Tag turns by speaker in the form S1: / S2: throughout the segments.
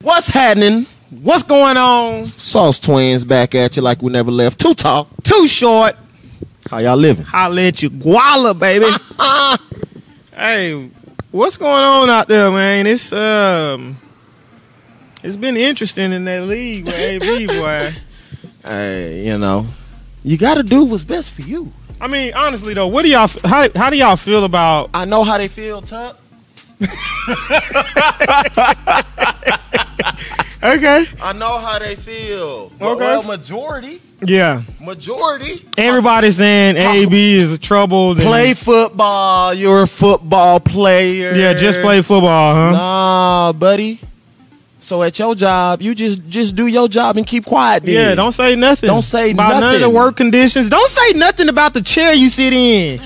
S1: What's happening? What's going on? Sauce Twins back at you like we never left. Too tall, too short. How y'all living?
S2: Holla at you, Guala, baby. hey, what's going on out there, man? It's um, it's been interesting in that league with AB boy.
S1: Hey, you know, you got to do what's best for you.
S2: I mean, honestly though, what do y'all how how do y'all feel about
S1: I know how they feel, Tuck.
S2: okay?
S1: I know how they feel.
S2: Okay.
S1: Well, majority,
S2: Yeah,
S1: majority
S2: everybody's saying AB is troubled. and-
S1: play football. You're a football player.
S2: yeah, just play football, huh?
S1: Nah, buddy. So at your job, you just just do your job and keep quiet. Then.
S2: Yeah, don't say nothing.
S1: Don't say
S2: about none of the
S1: nothing.
S2: work conditions. Don't say nothing about the chair you sit in.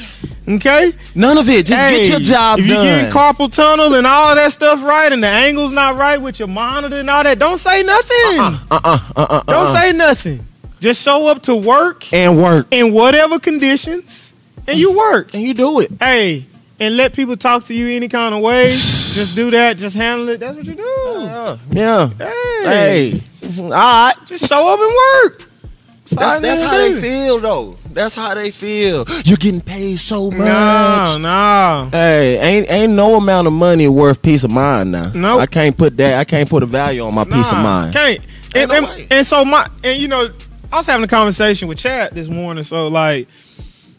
S2: Okay,
S1: none of it. Just
S2: Hey,
S1: get your job
S2: if
S1: done.
S2: you get carpal tunnel and all that stuff right, and the angle's not right with your monitor and all that, don't say nothing.
S1: Uh-uh,
S2: Don't say nothing. Just show up to work
S1: and work,
S2: in whatever conditions, and you work.
S1: and you do it.
S2: Hey, and let people talk to you any kind of way. just do that. Just handle it. That's what you do.
S1: Yeah. yeah.
S2: Hey,
S1: Uh-huh. Hey. All right.
S2: just show up and work. all
S1: That's,
S2: you
S1: that's
S2: need
S1: how
S2: to
S1: they
S2: do.
S1: feel, though. That's how they feel. You're getting paid so much.
S2: No, no.
S1: Hey, ain't ain't no amount of money worth peace of mind now.
S2: Nope.
S1: I can't put that. I can't put a value on my peace of
S2: Nah,
S1: mind.
S2: Can't. And,
S1: Ain't no
S2: and-
S1: way.
S2: and so my and you know, I was having a conversation with Chad this morning. So like,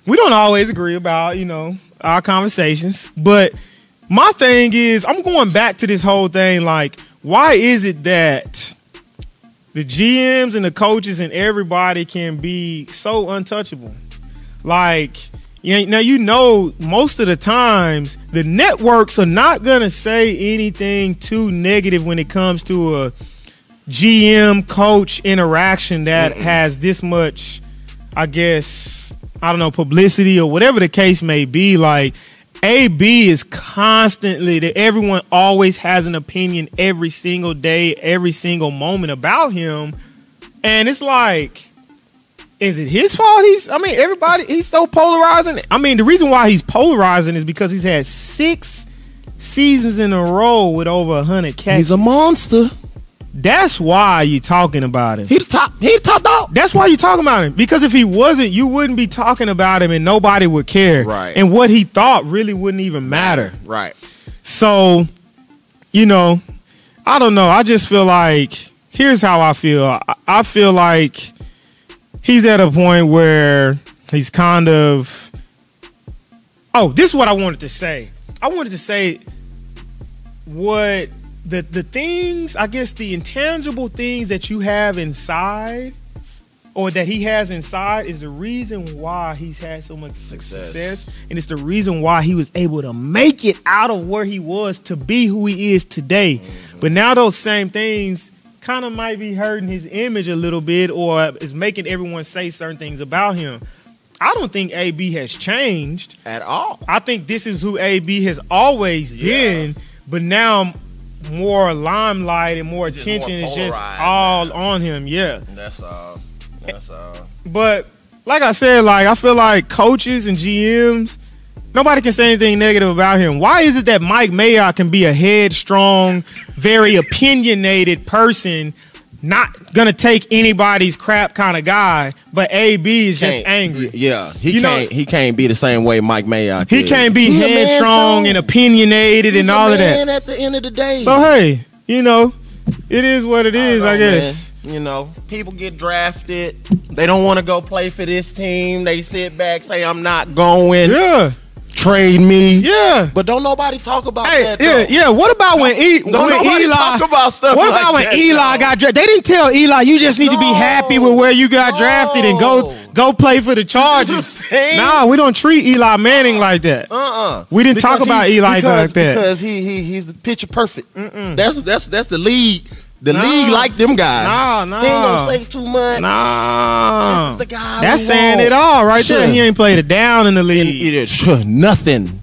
S2: we don't always agree about you know our conversations, but my thing is I'm going back to this whole thing. Like, why is it that the GMs and the coaches and everybody can be so untouchable? Like. you know- Now you know most of the times the networks are not gonna say anything too negative when it comes to a GM coach interaction that has this much, I guess, I don't know, publicity or whatever the case may be. Like, AB is constantly that everyone always has an opinion every single day, every single moment about him. And it's like, is it his fault? He's, I mean, everybody, he's so polarizing. I mean, the reason why he's polarizing is because he's had six seasons in a row with over 100 catches.
S1: He's a monster.
S2: That's why you talking about him.
S1: He the top. He the top dog.
S2: That's why you talking about him. Because if he wasn't, you wouldn't be talking about him and nobody would care.
S1: Right.
S2: And what he thought really wouldn't even matter.
S1: Right.
S2: So, you know, I don't know. I just feel like here's how I feel. I, I feel like he's at a point where he's kind of. Oh, this is what I wanted to say. I wanted to say what the the things, I guess, the intangible things that you have inside. Or that he has inside is the reason why he's had so much
S1: Success.
S2: success and it's the reason why he was able to make it out of where he was to be who he is today. But now those same things kind of might be hurting his image a little bit or is making everyone say certain things about him. I don't think AB has changed.
S1: At all.
S2: I think this is who AB has always been, but now more limelight and more
S1: Just more
S2: attention is just
S1: polarized
S2: all on him. Yeah.
S1: That's all. That's all.
S2: But like I said, like I feel like coaches and GMs, nobody can say anything negative about him. Why is it that Mike Mayock can be a headstrong, very opinionated person, not gonna take anybody's crap kind of guy, but AB is just angry.
S1: Yeah. He
S2: You know-
S1: can't. he can't be the same way Mike Mayock.
S2: He
S1: is.
S2: can't be
S1: He a man,
S2: headstrong
S1: too.
S2: and opinionated
S1: He's
S2: and
S1: a
S2: all of that.
S1: man At the end of the day.
S2: So hey, you know, it is what it is, I,
S1: don't know,
S2: guess.
S1: man. You know, people get drafted. They don't want to go play for this team. They sit back, say, I'm not going.
S2: Yeah,
S1: Trade me.
S2: yeah.
S1: But don't nobody talk about
S2: Hey,
S1: that.
S2: yeah,
S1: though.
S2: yeah. What about when, e-
S1: Don't
S2: when
S1: nobody
S2: Eli?
S1: talk about stuff
S2: what
S1: like
S2: about when
S1: that,
S2: Eli
S1: though.
S2: got drafted? They didn't tell Eli you just need to be
S1: No.
S2: happy with where you got drafted and go
S1: No.
S2: go play for the Chargers.
S1: saying?
S2: Nah, we don't treat Eli Manning like that.
S1: Uh-uh.
S2: We didn't talk
S1: Because
S2: about
S1: he-
S2: Eli
S1: because,
S2: like that.
S1: Because he, he he's the picture perfect. That's that's that's the league. The
S2: Nah.
S1: league like them guys.
S2: Nah, nah.
S1: They don't say too much.
S2: Nah,
S1: This is the guy
S2: that's
S1: we
S2: saying
S1: want.
S2: it all right there.
S1: Sure.
S2: He ain't played a down in the
S1: And
S2: league.
S1: it is nothing.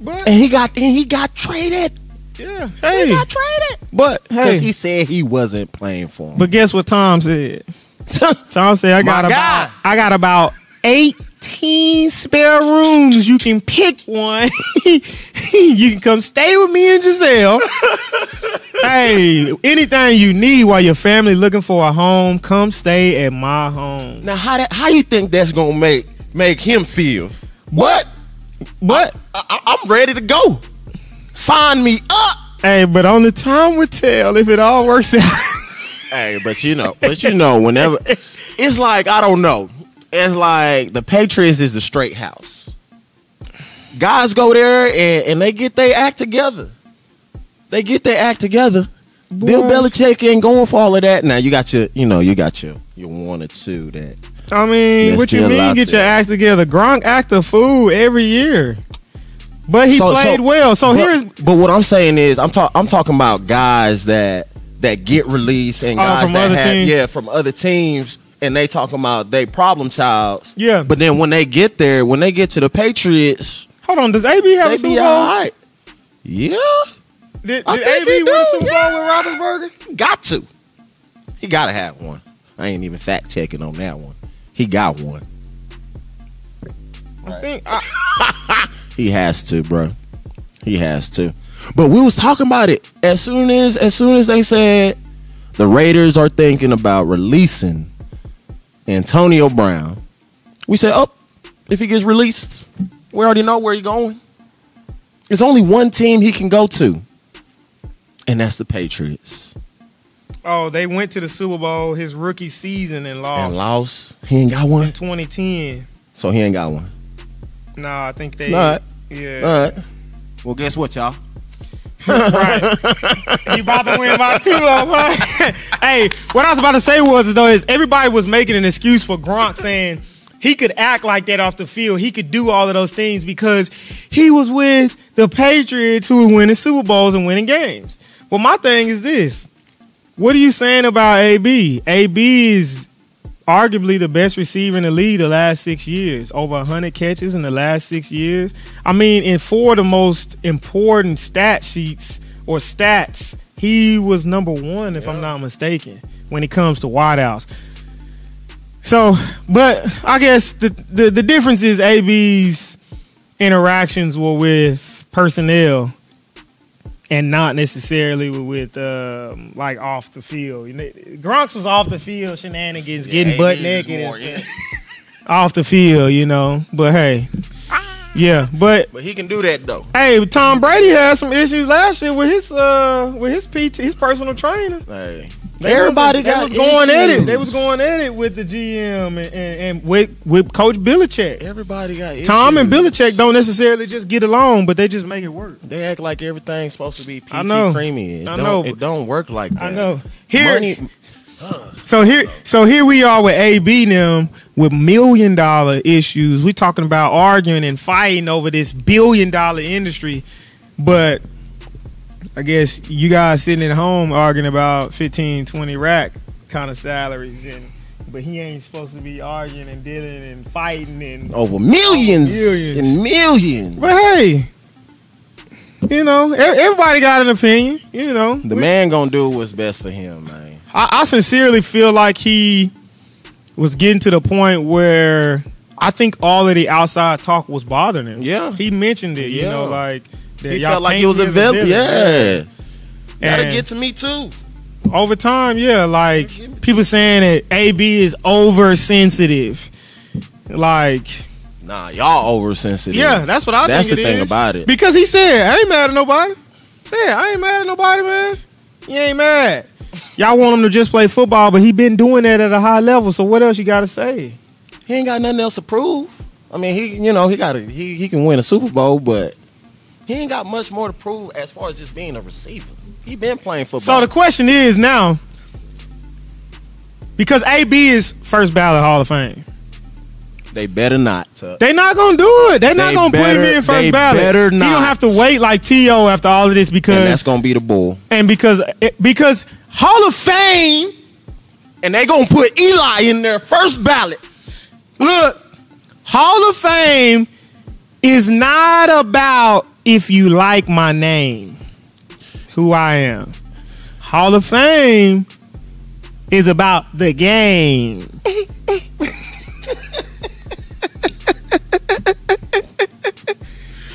S2: But,
S1: And he got and he got traded.
S2: yeah, hey,
S1: Got traded.
S2: but
S1: Because
S2: hey,
S1: he said he wasn't playing for him.
S2: But guess what Tom said? Tom said I got
S1: My
S2: about
S1: guy.
S2: I got about 18 spare rooms. You can pick one. you can come stay with me and Giselle. hey, anything you need while your family looking for a home, come stay at my home.
S1: Now, how that, how you think that's gonna make make him feel? What?
S2: But
S1: I, I, I'm ready to go. Sign me up.
S2: hey, but only time will tell if it all works out.
S1: Hey, but you know, but you know, whenever it's like I don't know, it's like the Patriots is the straight house. Guys go there and, and they get their act together. They get their act together. Bill
S2: Boy.
S1: Belichick ain't going for all of that. Now you got your, you know, you got your your one or two that
S2: I mean,
S1: There's
S2: what you
S1: still
S2: mean
S1: out
S2: get your
S1: there.
S2: act together? Gronk act a fool every year. But he
S1: So- so-
S2: played well. So
S1: but,
S2: Oh, here's
S1: but what I'm saying is, I'm talking. I'm talking about guys that that get released and
S2: Oh,
S1: guys
S2: from
S1: that
S2: other
S1: have
S2: teams?
S1: yeah from other teams, and they talking about they problem childs.
S2: Yeah.
S1: But then when they get there, when they get to the Patriots,
S2: hold on, does A B have
S1: they
S2: a Super
S1: be
S2: Bowl?
S1: all right. Yeah,
S2: Did,
S1: uh-huh. I
S2: did A
S1: think
S2: B
S1: he
S2: win a
S1: do,
S2: Super Bowl
S1: yeah.
S2: with Roethlisberger?
S1: got to. He gotta have one. I ain't even fact checking on that one. He got one.
S2: I think I,
S1: He has to, bro. He has to. But we was talking about it as soon as as soon as they said the Raiders are thinking about releasing Antonio Brown. We said, "Oh, if he gets released, we already know where he going. There's only one team he can go to, and that's the Patriots."
S2: oh, they went to the Super Bowl his rookie season and lost.
S1: And lost. He ain't got one,
S2: 2010.
S1: so he ain't got one.
S2: No, I think they.
S1: All right,
S2: Yeah.
S1: all right. Well, guess what, y'all?
S2: You about to win by two of them. huh? hey, what I was about to say was though is everybody was making an excuse for Gronk saying he could act like that off the field. He could do all of those things because he was with the Patriots who were winning Super Bowls and winning games. Well, my thing is this. What are you saying about AB? AB is arguably the best receiver in the league the last six years. Over 100 catches in the last six years. I mean, in four of the most important stat sheets or stats, he was number one, if I'm not mistaken, when it comes to wideouts. So, but I guess the, the, the difference is AB's interactions were with personnel and not necessarily with um, like off the field. You know, Gronk's was off the field shenanigans, getting butt naked and stuff off the field, you know. But hey, yeah. But
S1: But he can do that though.
S2: hey, Tom Brady had some issues last year with his uh with his PT, his personal trainer.
S1: Hey.
S2: They
S1: Everybody
S2: was,
S1: got
S2: they was going at it.
S1: issues.
S2: They was going at it with the GM and, and, and with with Coach Belichick.
S1: Everybody got issues.
S2: Tom and Belichick don't necessarily just get along, but they just make it work.
S1: They act like everything's supposed to be PT
S2: I know.
S1: creamy. It
S2: I
S1: don't,
S2: know.
S1: It don't work like that.
S2: I know. Here,
S1: Money-
S2: So here, so here we are with AB and them with million dollar issues. We talking about arguing and fighting over this billion dollar industry, but I guess you guys sitting at home arguing about 15, 20 rack kind of salaries, and but he ain't supposed to be arguing and dealing and fighting and.
S1: over millions,
S2: Oh, Millions.
S1: and millions.
S2: But hey, you know, e- everybody got an opinion. You know,
S1: The
S2: We-
S1: man gonna do what's best for him, man.
S2: I, I sincerely feel like he was getting to the point where I think all of the outside talk was bothering him.
S1: Yeah.
S2: he mentioned it. You
S1: Yeah.
S2: know, like that
S1: He
S2: y'all
S1: felt like
S2: paint
S1: he was
S2: me
S1: a
S2: as
S1: villain.
S2: villain.
S1: Yeah. Gotta
S2: And
S1: get to me too.
S2: over time, yeah, like people saying that AB is oversensitive. Like,
S1: Nah, y'all oversensitive.
S2: yeah, that's what I
S1: That's
S2: think.
S1: the
S2: it
S1: thing
S2: is.
S1: about it.
S2: because he said, "I ain't mad at nobody." Said, "I ain't mad at nobody, man. You ain't mad." Y'all want him to just play football, but he been doing that at a high level. So what else you got to say?
S1: He ain't got nothing else to prove. I mean, he you know he got he he can win a Super Bowl, but he ain't got much more to prove as far as just being a receiver. He been playing
S2: So
S1: football.
S2: the question is now, because AB is first ballot Hall of Fame,
S1: they better not. Tuck.
S2: they not gonna do it. They not
S1: They
S2: gonna put
S1: better-
S2: him in first
S1: they
S2: ballot.
S1: better
S2: He
S1: not.
S2: don't have to wait like To after all of this
S1: And that's
S2: because
S1: gonna be the bull.
S2: and, because because Hall of Fame.
S1: and they gonna put Eli in their first ballot.
S2: Look, Hall of Fame is not about if you like my name, who I am. Hall of Fame is about the game.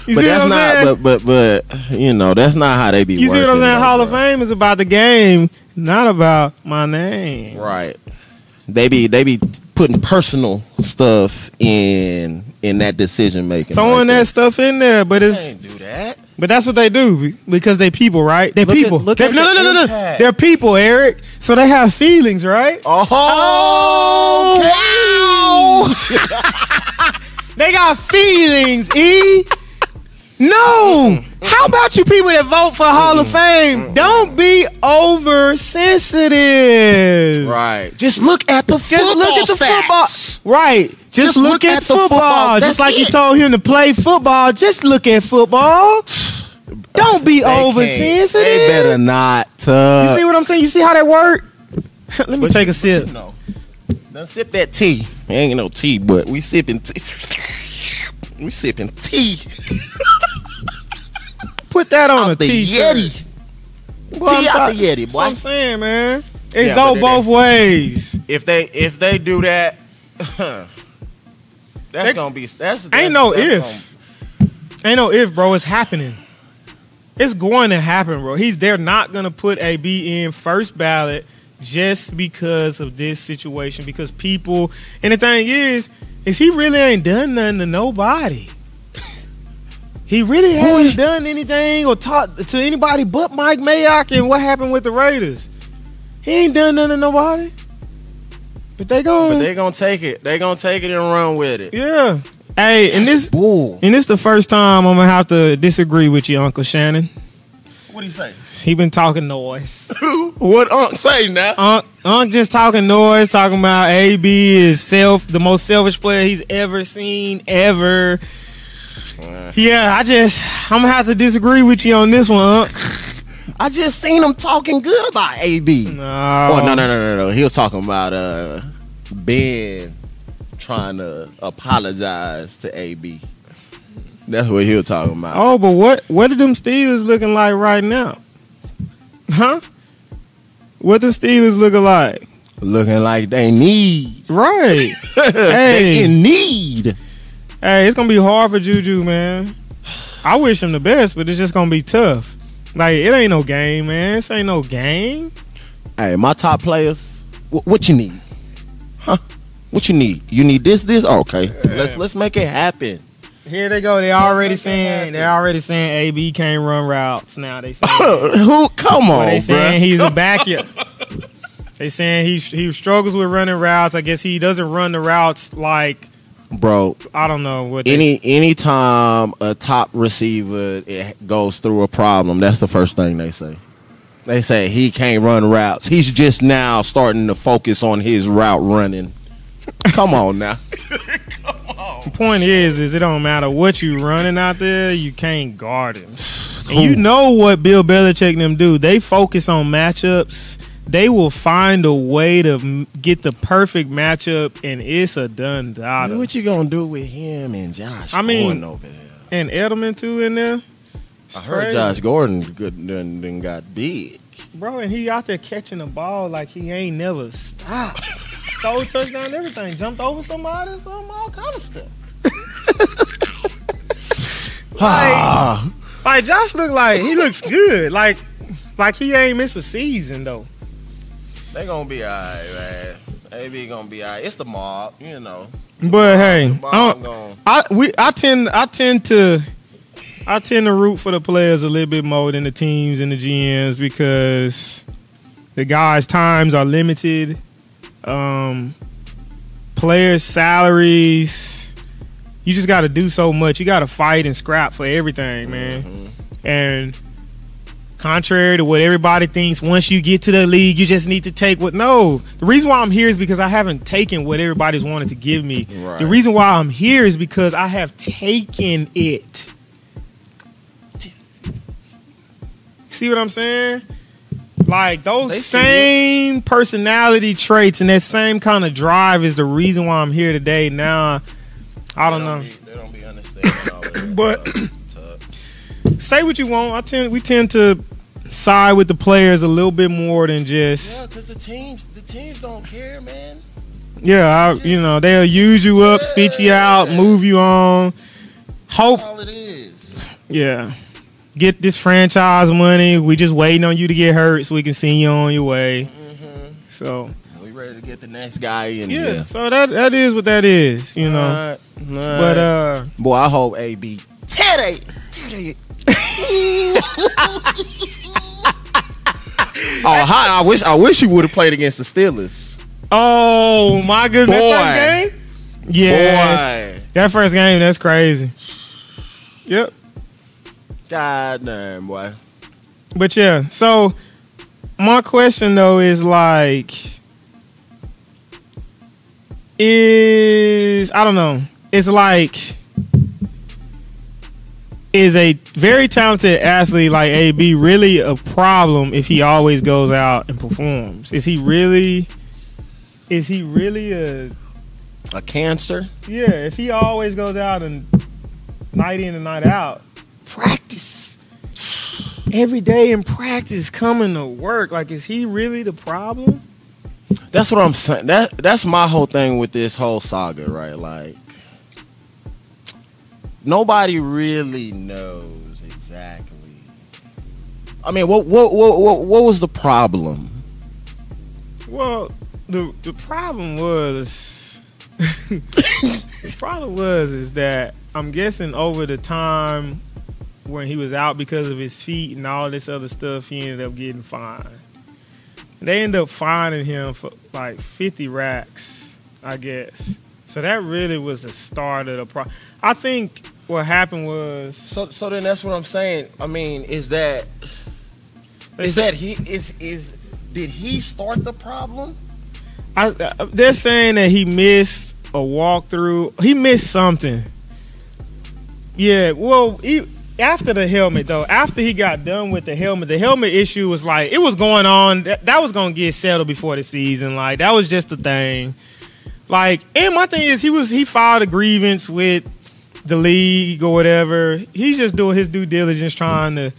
S2: You
S1: but
S2: see what
S1: that's
S2: I'm
S1: not.
S2: saying?
S1: But but but you know that's not how they be.
S2: you see what I'm
S1: working,
S2: saying?
S1: though,
S2: Hall of
S1: bro.
S2: Fame is about the game, not about my name.
S1: Right. They be they be putting personal stuff in in that decision making.
S2: Throwing
S1: right
S2: that stuff in there, but
S1: there.
S2: it's
S1: They ain't do that.
S2: But that's what they do be- because they people, right? They
S1: Look at-
S2: people.
S1: look
S2: They-
S1: at
S2: no, no,
S1: the
S2: no, no, no.
S1: impact.
S2: They're people, Eric. So they have feelings, right?
S1: Oh,
S2: They got feelings, E. No. How about you people that vote for Hall of Fame? Don't be oversensitive.
S1: Right. Just look at the
S2: Just
S1: football.
S2: look at the
S1: stats.
S2: football. Right. Just, look, at,
S1: the
S2: football.
S1: football.
S2: Just
S1: That's
S2: like you
S1: it.
S2: told him to play football. Just look at football. Don't be
S1: They can't-
S2: oversensitive.
S1: They better not. Uh,
S2: You see what I'm saying? You see how that work? Let me take a sip.
S1: You know, done sip that tea. Ain't no tea, but we sipping tea. We sipping tea.
S2: Put that on a
S1: Out the
S2: t-shirt.
S1: Yeti.
S2: Boy, I'm
S1: tea out
S2: sorry.
S1: the Yeti,
S2: That's what
S1: boy.
S2: I'm saying, man. It
S1: Yeah,
S2: go
S1: but it
S2: both ways.
S1: If they if they do that, that's
S2: They-
S1: gonna be that's
S2: Ain't no if. Ain't no if, bro. It's happening. It's going to happen, bro. He's they're not gonna put AB in first ballot just because of this situation. Because people and the thing is, is he really ain't done nothing to nobody. He really hasn't done anything or talked to anybody but Mike Mayock and what happened with the Raiders. He ain't done nothing to nobody. But they going
S1: But they gonna take it. They gonna take it and run with it.
S2: Yeah. Hey, and this
S1: bull.
S2: And this the first time I'm gonna have to disagree with you, Uncle Shannon.
S1: What do you say?
S2: He been talking noise.
S1: what Unc say now?
S2: Unc Unc just talking noise, talking about AB is self the most selfish player he's ever seen ever. Yeah, I just I'm gonna have to disagree with you on this one. Unc.
S1: I just seen him talking good about AB.
S2: No,
S1: Oh no no no no no! He was talking about uh Ben trying to apologize to AB. That's what he was talking about.
S2: Oh, but what what are them Steelers looking like right now? Huh? What the Steelers looking like?
S1: Looking like they need,
S2: Right. Hey.
S1: they in need.
S2: Hey, it's gonna be hard for Juju, man. I wish him the best, but it's just gonna be tough. Like it ain't no game, man. This ain't no game.
S1: Hey, my top players, wh- what you need? Huh? What you need? You need this, this. okay, let's let's make it happen.
S2: Here they go. They already saying they already saying AB can't run routes. Now they saying
S1: Who? Come on,
S2: they saying
S1: bruh.
S2: he's a backyard. they saying he he struggles with running routes. I guess he doesn't run the routes like
S1: bro.
S2: I don't know what they-
S1: Any anytime a top receiver it goes through a problem, that's the first thing they say. They say he can't run routes. He's just now starting to focus on his route running. Come on now.
S2: point is is it don't matter what you running out there, you can't guard him. And you know what Bill Belichick and them do? They focus on matchups. They will find a way to m- get the perfect matchup, and it's a done data.
S1: What you gonna do with him and Josh?
S2: I mean-
S1: Gordon over there.
S2: And Edelman too in there.
S1: I heard Josh Gordon good done, done got big.
S2: bro, and he out there catching the ball like he ain't never stopped. Stole touchdown, and everything, jumped over somebody, some all kind of stuff.
S1: Ah,
S2: Like Josh look like he looks good, like like he ain't miss a season though.
S1: they gonna be alright, man. They be gonna be alright. It's the mob, you know.
S2: But hey, I don't,
S1: Mob gonna-
S2: I we I tend I tend to I tend to root for the players a little bit more than the teams and the GMs because the guys' times are limited. Um, players' salaries, you just got to do so much. You got to fight and scrap for everything, man. And contrary to what everybody thinks, once you get to the league, you just need to take what. No, the reason why I'm here is because I haven't taken what everybody's wanted to give me.
S1: Right.
S2: The reason why I'm here is because I have taken it. See what I'm saying? Like those
S1: They see
S2: same personality traits and that same kind of drive is the reason why I'm here today. Now, I don't know.
S1: They don't be understanding all of that.
S2: But- Say what you want. I tend we tend to side with the players a little bit more than
S1: Yeah,
S2: just
S1: because the teams, the teams don't care, man.
S2: yeah. I, you know they'll use you up, spit you out, move you on. Hope
S1: That's all it is.
S2: Yeah. Get this franchise money. We just waiting on you to get hurt so we can send you on your way.
S1: Mm-hmm.
S2: So
S1: We ready to get the next guy in
S2: yeah, so that that is what that is, you know. but uh
S1: boy, I hope AB Teddy, Teddy. oh, hi! I wish I wish he would have played against the Steelers.
S2: oh my goodness, that
S1: Boy.
S2: first game? Yeah,
S1: Boy,
S2: that first game, that's crazy. Yep.
S1: God damn, boy.
S2: But yeah, so my question though is like, is I don't know. It's like, is a very talented athlete like AB really a problem if he always goes out and performs? Is he really? Is he really a
S1: A cancer.
S2: yeah? If he always goes out and night in and night out, practice every day in practice, coming to work. Like, is he really the problem?
S1: That's what I'm saying. That that's my whole thing with this whole saga, right? Like nobody really knows exactly. I mean, what what what what, what was the problem?
S2: Well, the the problem was the problem was is that I'm guessing over the time when he was out because of his feet and all this other stuff, he ended up getting fined. They ended up fining him for like 50 racks, I guess. So that really was the start of the problem. I think what happened was
S1: So so then that's what I'm saying. I mean, is that is that he is is did he start the problem?
S2: I, I- they're saying that he missed a walkthrough. He missed something. Yeah. Well, he, after the helmet though, after he got done with the helmet, the helmet issue was like it was going on. That, that was gonna get settled before the season. Like that was just the thing. Like, and my thing is, he was he filed a grievance with the league or whatever. He's just doing his due diligence, trying to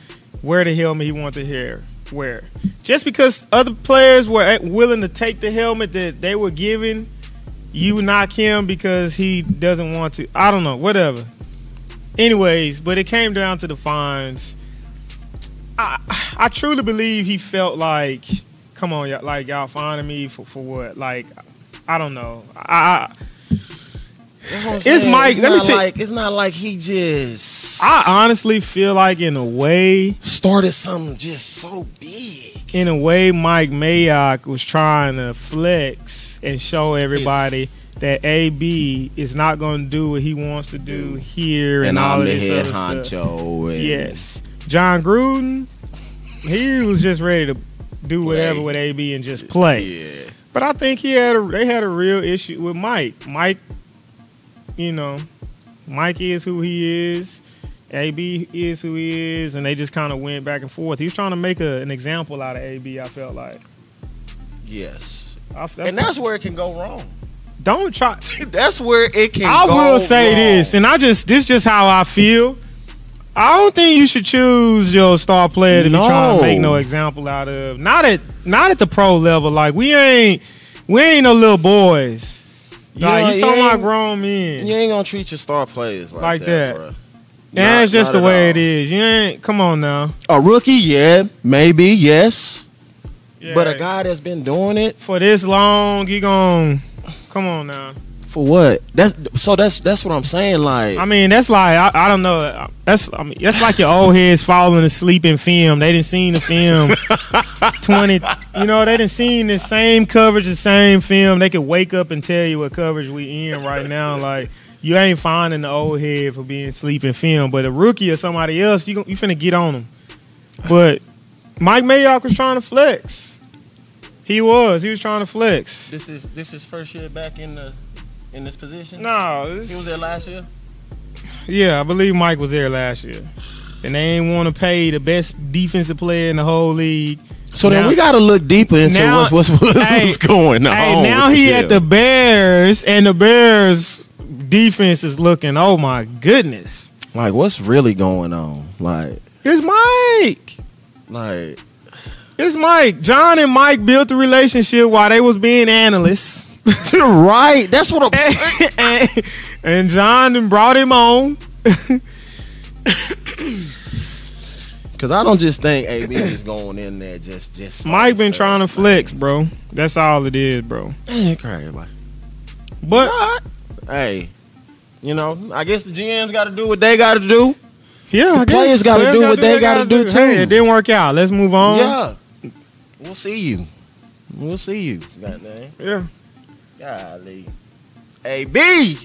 S2: wear the helmet he wants to hear wear. Just because other players were at- willing to take the helmet that they were given, you knock him because he doesn't want to. I don't know, whatever. Anyways, but it came down to the fines. I I truly believe he felt like, come on, y'all, like y'all finding me for, for what? Like, I don't know. I, I It's Mike.
S1: It's
S2: Let me
S1: not
S2: tell-
S1: like it's not like he just
S2: I honestly feel like in a way,
S1: started something just so big.
S2: in a way, Mike Mayock was trying to flex and show everybody that AB is not going to do what he wants to do here and,
S1: and
S2: all
S1: I'm
S2: of
S1: the
S2: this
S1: head
S2: other Stuff.
S1: honcho. And
S2: Yes, John Gruden, he was just ready to do whatever
S1: Play.
S2: with AB and just play.
S1: Yeah.
S2: But I think he had a, they had a real issue with Mike. Mike, you know, Mike is who he is. AB is who he is, and they just kind of went back and forth. He was trying to make a, an example out of AB. I felt like,
S1: Yes.
S2: I, that's,
S1: and that's where it can go wrong.
S2: don't try.
S1: That's where it can.
S2: I
S1: go
S2: will say
S1: wrong.
S2: this, and I just this just how I feel. I don't think you should choose your star player to be trying to
S1: No.
S2: make no example out of. Not at not at the pro level. Like we ain't we ain't no little boys.
S1: You
S2: like
S1: know,
S2: you talking about
S1: ain't-
S2: grown men.
S1: You ain't gonna treat your star players like,
S2: Like that.
S1: that. bruh.
S2: And
S1: Not-
S2: it's just
S1: not
S2: the
S1: at
S2: way
S1: all.
S2: it is. You ain't come on now.
S1: A rookie, yeah, maybe, yes, but a guy that's been doing it
S2: for this long, you gon' come on now.
S1: for what? That's so. That's that's what I'm saying. Like,
S2: I mean, that's like I, I don't know. That's I mean, that's like your old heads falling asleep in film. They didn't seen the film twenty. You know, they didn't seen the same coverage, the same film. They could wake up and tell you what coverage we in right now. Like you ain't finding the old head for being sleep in film, but a rookie or somebody else, you gon- you finna get on them. But Mike Mayock was trying to flex. He was. He was trying to flex.
S1: this is this is first year back in the in this position.
S2: No, this-
S1: last year.
S2: Yeah, I believe Mike was there last year. And they ain't want to pay the best defensive player in the whole league.
S1: So
S2: Now-
S1: then we gotta look deeper into
S2: Now-
S1: what's what's, what's,
S2: Hey,
S1: what's going on.
S2: hey, now
S1: with
S2: he
S1: them.
S2: at the Bears, and the Bears defense is looking. Oh my goodness,
S1: like, what's really going on? Like,
S2: it's Mike.
S1: like
S2: It's Mike. John and Mike built a relationship while they was being analysts.
S1: right? That's what I'm.
S2: and, and John done brought him on.
S1: Cause I don't just think AB is going in there just just.
S2: Mike been trying to flex, bro. That's all it is, bro.
S1: Man, crazy. Like,
S2: But
S1: all right. hey, you know, I guess the GMs got to do what they got to do.
S2: yeah, I guess.
S1: players gotta do
S2: gotta
S1: what they gotta do,
S2: Hey,
S1: too.
S2: it didn't work out. Let's move on.
S1: yeah, we'll see you. We'll see you. Goddamn.
S2: yeah.
S1: Golly. AB.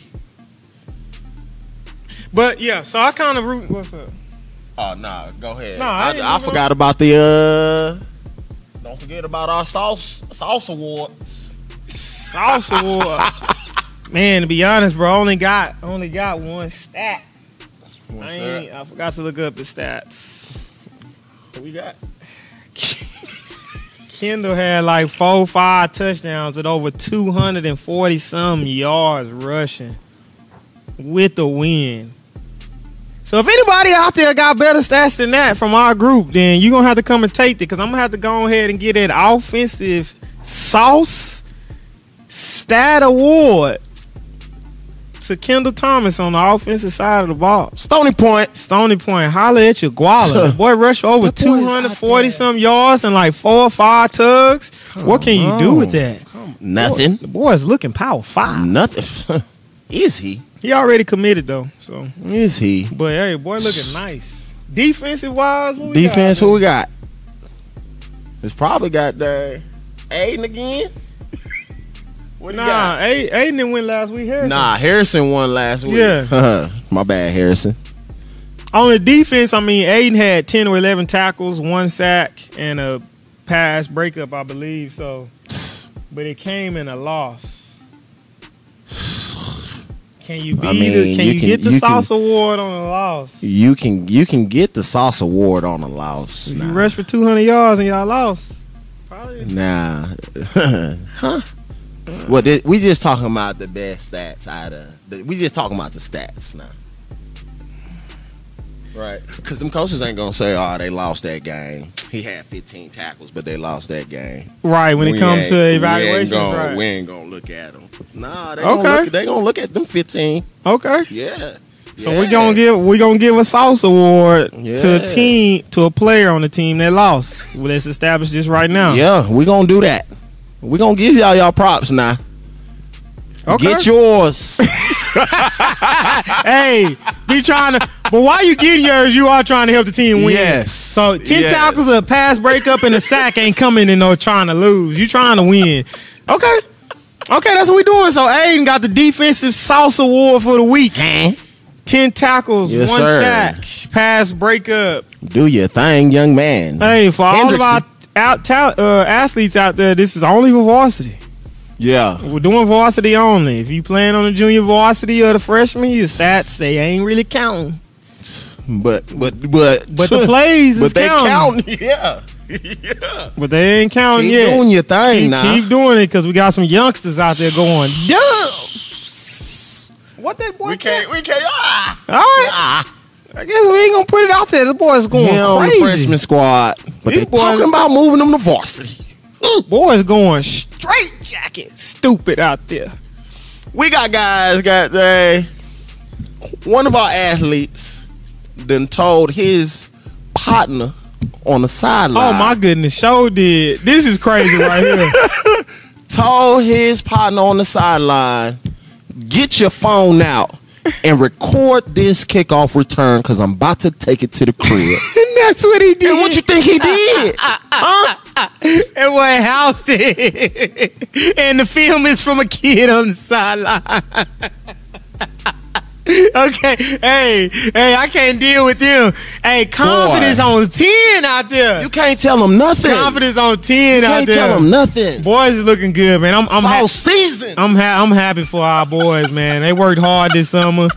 S2: But yeah, so I kind of root. What's up?
S1: Oh nah, go ahead.
S2: Nah, I ain't
S1: I, I,
S2: even-
S1: forgot about the. uh Don't forget about our sauce sauce awards.
S2: Sauce award. Man, to be honest, bro, I only got I only got one stat. I, ain't, I forgot to look up the stats.
S1: What we got?
S2: Kendall had like four, five touchdowns at over 240 some yards rushing with the win. So if anybody out there got better stats than that from our group, then you're gonna have to come and take it because I'm gonna have to go ahead and get that offensive sauce stat award to Kendall Thomas on the offensive side of the ball.
S1: Stony Point.
S2: Stony Point, holler at your guala. The boy rushed for over
S1: The boy's out
S2: 240
S1: there.
S2: some yards and like four or five tugs. what can you do
S1: on.
S2: with that?
S1: Nothing.
S2: The boy's looking power five.
S1: Nothing. Is he?
S2: He already committed though. So,
S1: Is he?
S2: but hey, boy looking nice. Defensive wise, what we
S1: Defense,
S2: got?
S1: who we got? It's probably got the Aiden again. what do you got?
S2: Nah, A- Aiden went last week. Harrison.
S1: Nah, Harrison won last week.
S2: Yeah.
S1: My bad, Harrison.
S2: On the defense, I mean, Aiden had 10 or 11 tackles, one sack, and a pass breakup, I believe. So, but it came in a loss. Can you be
S1: I
S2: the,
S1: mean,
S2: can you,
S1: you can-
S2: get the
S1: you can-
S2: sauce award on a loss?
S1: You can you can get the sauce award on a loss.
S2: You
S1: Nah.
S2: rush for 200 yards and y'all lost. Probably.
S1: Nah. huh? Well, thi- we just talking about the best stats out of. The, we just talking about the stats now. Right. Because them coaches ain't going to say, oh, they lost that game. He had 15 tackles, but they lost that game.
S2: Right, when it
S1: We
S2: comes
S1: ain't-
S2: to
S1: We ain't
S2: evaluations,
S1: gonna,
S2: right.
S1: we ain't gonna look at them. Nah, they
S2: Okay.
S1: gonna look, they gonna look at them 15.
S2: Okay.
S1: Yeah.
S2: So we're gonna give we're gonna give a sauce award to a
S1: Yeah.
S2: team to a player on the team that lost. Well, let's establish this right now.
S1: Yeah, we gonna do that. We gonna give y'all y'all props now.
S2: Okay.
S1: Get yours.
S2: hey, be trying to. But while you getting yours, you are trying to help the team win.
S1: Yes.
S2: So ten
S1: Yes.
S2: tackles, a pass breakup, and a sack ain't coming in no trying to lose. You trying to win. Okay. Okay, that's what we doing. So Aiden got the defensive sauce award for the week. Ten tackles,
S1: Yes,
S2: one
S1: sir.
S2: sack, pass breakup.
S1: do your thing, young man.
S2: Hey, for all of
S1: Hendrickson.
S2: our out, ta- uh, athletes out there, this is only for varsity.
S1: Yeah.
S2: We're doing varsity only. If you playing on the junior varsity or the freshman, your stats they ain't really counting.
S1: But but but
S2: But the plays is
S1: but they
S2: counting.
S1: count. Yeah. yeah.
S2: But they ain't counting
S1: Keep
S2: yet.
S1: doing your thing
S2: keep,
S1: now.
S2: keep doing it because we got some youngsters out there going. "Duh." What that boy?
S1: We can't we can't ah,
S2: All right,
S1: ah.
S2: I guess we ain't gonna put it out there. The boy's going
S1: Him on the
S2: crazy.
S1: freshman squad. But
S2: These
S1: they
S2: boys-
S1: talking about moving them to varsity.
S2: Boy's going straight jacket, stupid out there.
S1: We got guys got they one of our athletes then told his partner on the
S2: Oh
S1: sideline.
S2: my goodness, show did. This is crazy right here.
S1: told his partner on the sideline, get your phone out and record this kickoff return because I'm about to take it to the crib.
S2: and that's what he did.
S1: and what you think he did?
S2: and what house did. and the film is from a kid on the sideline. okay, hey, hey, I can't deal with them. Hey, confidence on 10 out there.
S1: You can't tell him nothing. You
S2: confidence on 10 out
S1: can't
S2: there.
S1: tell him nothing.
S2: Boys is looking good, man. I'm I'm,
S1: I'm
S2: ha-
S1: all season.
S2: I'm, ha- I'm happy for our boys, man. They worked hard this summer.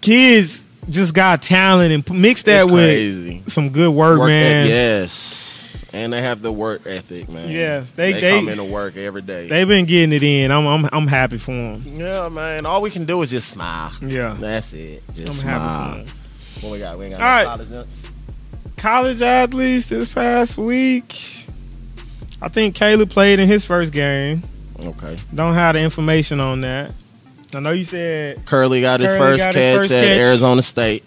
S2: Kids just got talent and p- mix that
S1: It's
S2: with
S1: crazy.
S2: some good work,
S1: Work
S2: man.
S1: eth- yes. And they have the work ethic, man.
S2: Yeah, they-
S1: they,
S2: they-
S1: come into work every day.
S2: They've been getting it in. I'm I'm I'm happy for them.
S1: yeah, man. All we can do is just smile.
S2: Yeah.
S1: That's it. Just
S2: I'm
S1: smile.
S2: happy for them.
S1: What we got? We ain't got
S2: All right.
S1: no college nuts.
S2: College athletes this past week. I think Caleb played in his first game.
S1: Okay.
S2: Don't have the information on that. I know you said
S1: Curly got his
S2: Curley
S1: first
S2: got his
S1: catch
S2: first
S1: at
S2: catch.
S1: Arizona State.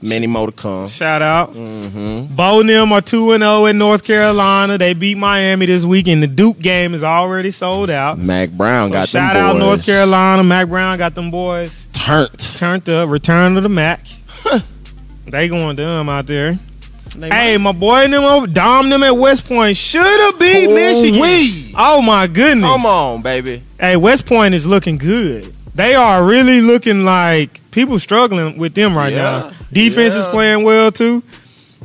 S1: Many more to come.
S2: Shout out.
S1: Mm. Mm-hmm.
S2: Bo and them are 2 and 0 in North Carolina. They beat Miami this week, and the Duke game is already sold out.
S1: Mac
S2: So
S1: Brown Mm. got
S2: shout
S1: them
S2: out
S1: boys
S2: North Carolina. Mac Brown got them boys
S1: turned.
S2: turned up. Return to the Mac. they going dumb out there.
S1: They
S2: Hey, my boy and them over, Dom them at West Point should have
S1: Oh,
S2: beat Michigan.
S1: Ooh-wee.
S2: Oh my goodness.
S1: Come on, baby.
S2: Hey, West Point is looking good. They are really looking like people struggling with them right
S1: Yeah,
S2: now. Defense is
S1: yeah.
S2: playing well too.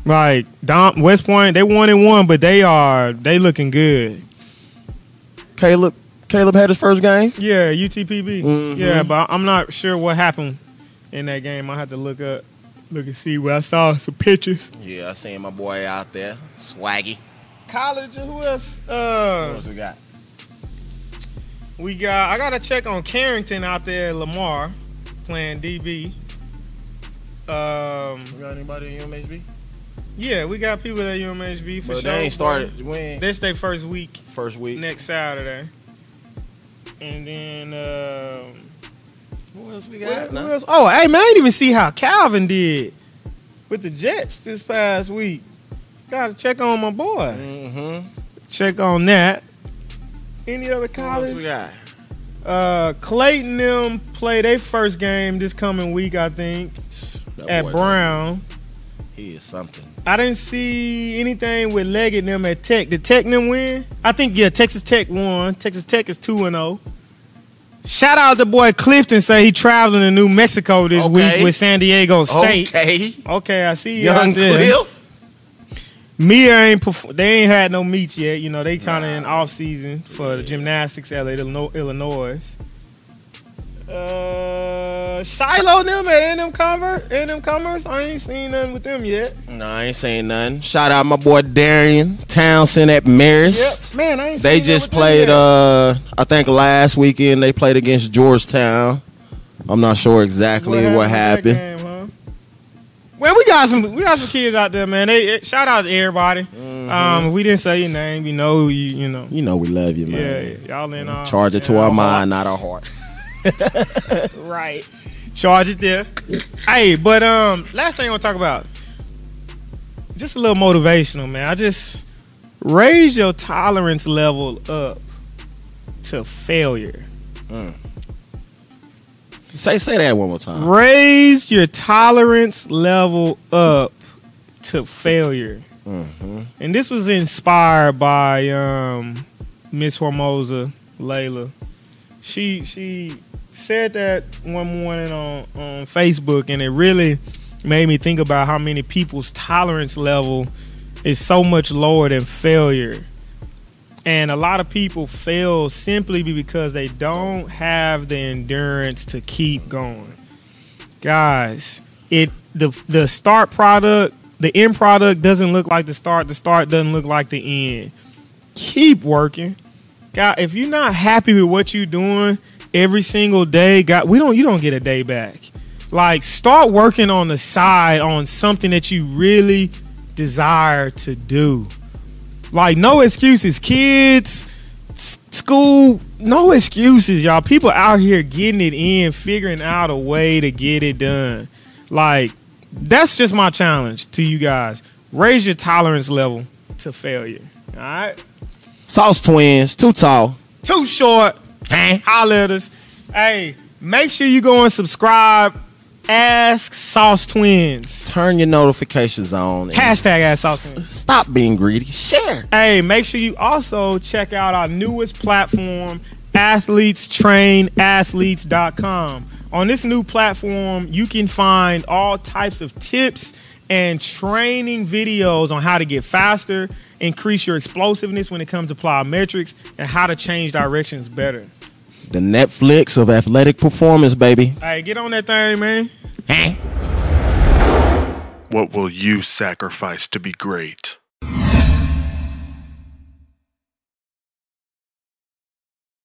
S2: Like Dom, West Point, they one and one, but they are they looking good.
S1: Caleb Caleb had his first game.
S2: Yeah, UTPB.
S1: Mhm.
S2: Yeah, but I'm not sure what happened in that game. I had to look up, look and see where I saw some pictures.
S1: Yeah, I seen my boy out there. Swaggy.
S2: College, who else?
S1: What
S2: Uh,
S1: else we got?
S2: we got. I got to check on Carrington out there. at Lamar playing DB. Um,
S1: We got anybody in UMHB?
S2: Yeah, we got people at UMHB for
S1: But
S2: sure.
S1: they ain't started. We ain't
S2: This their first week
S1: first week.
S2: next Saturday, and then um,
S1: Who else we
S2: what-
S1: got?
S2: who
S1: Nah.
S2: else? oh, hey man, I didn't even see how Calvin did with the Jets this past week. Got to check on my boy.
S1: Mm-hmm.
S2: Check on that. Any other
S1: Who else
S2: college?
S1: we got?
S2: Uh, Clayton them play their first game this coming week, I think,
S1: That
S2: at
S1: boy,
S2: Brown.
S1: He is something.
S2: I didn't see anything with legging them at Tech. Did Tech them win? I think yeah, Texas Tech won. Texas Tech is two and zero. Shout out to boy Clifton. Say he traveling to New Mexico this
S1: Okay.
S2: week with San Diego State. Okay,
S1: Okay.
S2: I see you
S1: Young
S2: out there.
S1: Cliff.
S2: Mia ain't perf- they ain't had no meets yet. You know they kind of in off season for the gymnastics at Illinois. Illinois. Uh, Shiloh them at NM Convert, NM Commerce. I ain't seen nothing with them yet.
S1: No, I ain't saying nothing. Shout out my boy Darian Townsend at Marist.
S2: Yep. Man, I ain't seen
S1: They
S2: nothing
S1: just
S2: with them
S1: played.
S2: yet.
S1: Uh, I think last weekend they played against Georgetown. I'm not sure exactly what, uh, happened.
S2: in that game, huh? Well, we got some we got some kids out there, man. They eh, shout out to everybody.
S1: Mm-hmm.
S2: Um, if we didn't say your name, you know you you know.
S1: You know we love you,
S2: Yeah,
S1: man.
S2: y'all in our
S1: Charge it
S2: in
S1: to our mind,
S2: hearts.
S1: not our hearts.
S2: right. Charge it there. hey, but um, last thing I want to talk about, just a little motivational, man. I just raise your tolerance level up to failure.
S1: Say say that one more time.
S2: Raise your tolerance level up to failure.
S1: Mm-hmm.
S2: And this was inspired by um Miss Formosa, Layla. She she said that one morning on, on Facebook and it really made me think about how many people's tolerance level is so much lower than failure. And a lot of people fail simply because they don't have the endurance to keep going guys it the the start product the end product doesn't look like the start the start doesn't look like the end keep working god if you're not happy with what you're doing every single day god we don't you don't get a day back like start working on the side on something that you really desire to do like no excuses kids s- school no excuses y'all people out here getting it in figuring out a way to get it done like that's just my challenge to you guys raise your tolerance level to failure all right
S1: Sauce twins, too tall.
S2: too short. Holler at us. Hey, make sure you go and subscribe. Ask Sauce Twins.
S1: Turn your notifications on. and
S2: Hashtag ask Sauce Twins.
S1: s- Stop being greedy. Share.
S2: Hey, make sure you also check out our newest platform, athletestrainathletes.com. On this new platform, you can find all types of tips and training videos on how to get faster, increase your explosiveness when it comes to plyometrics, and how to change directions better.
S1: The Netflix of athletic performance, baby.
S2: Hey, get on that thing, man.
S3: What will you sacrifice to be great?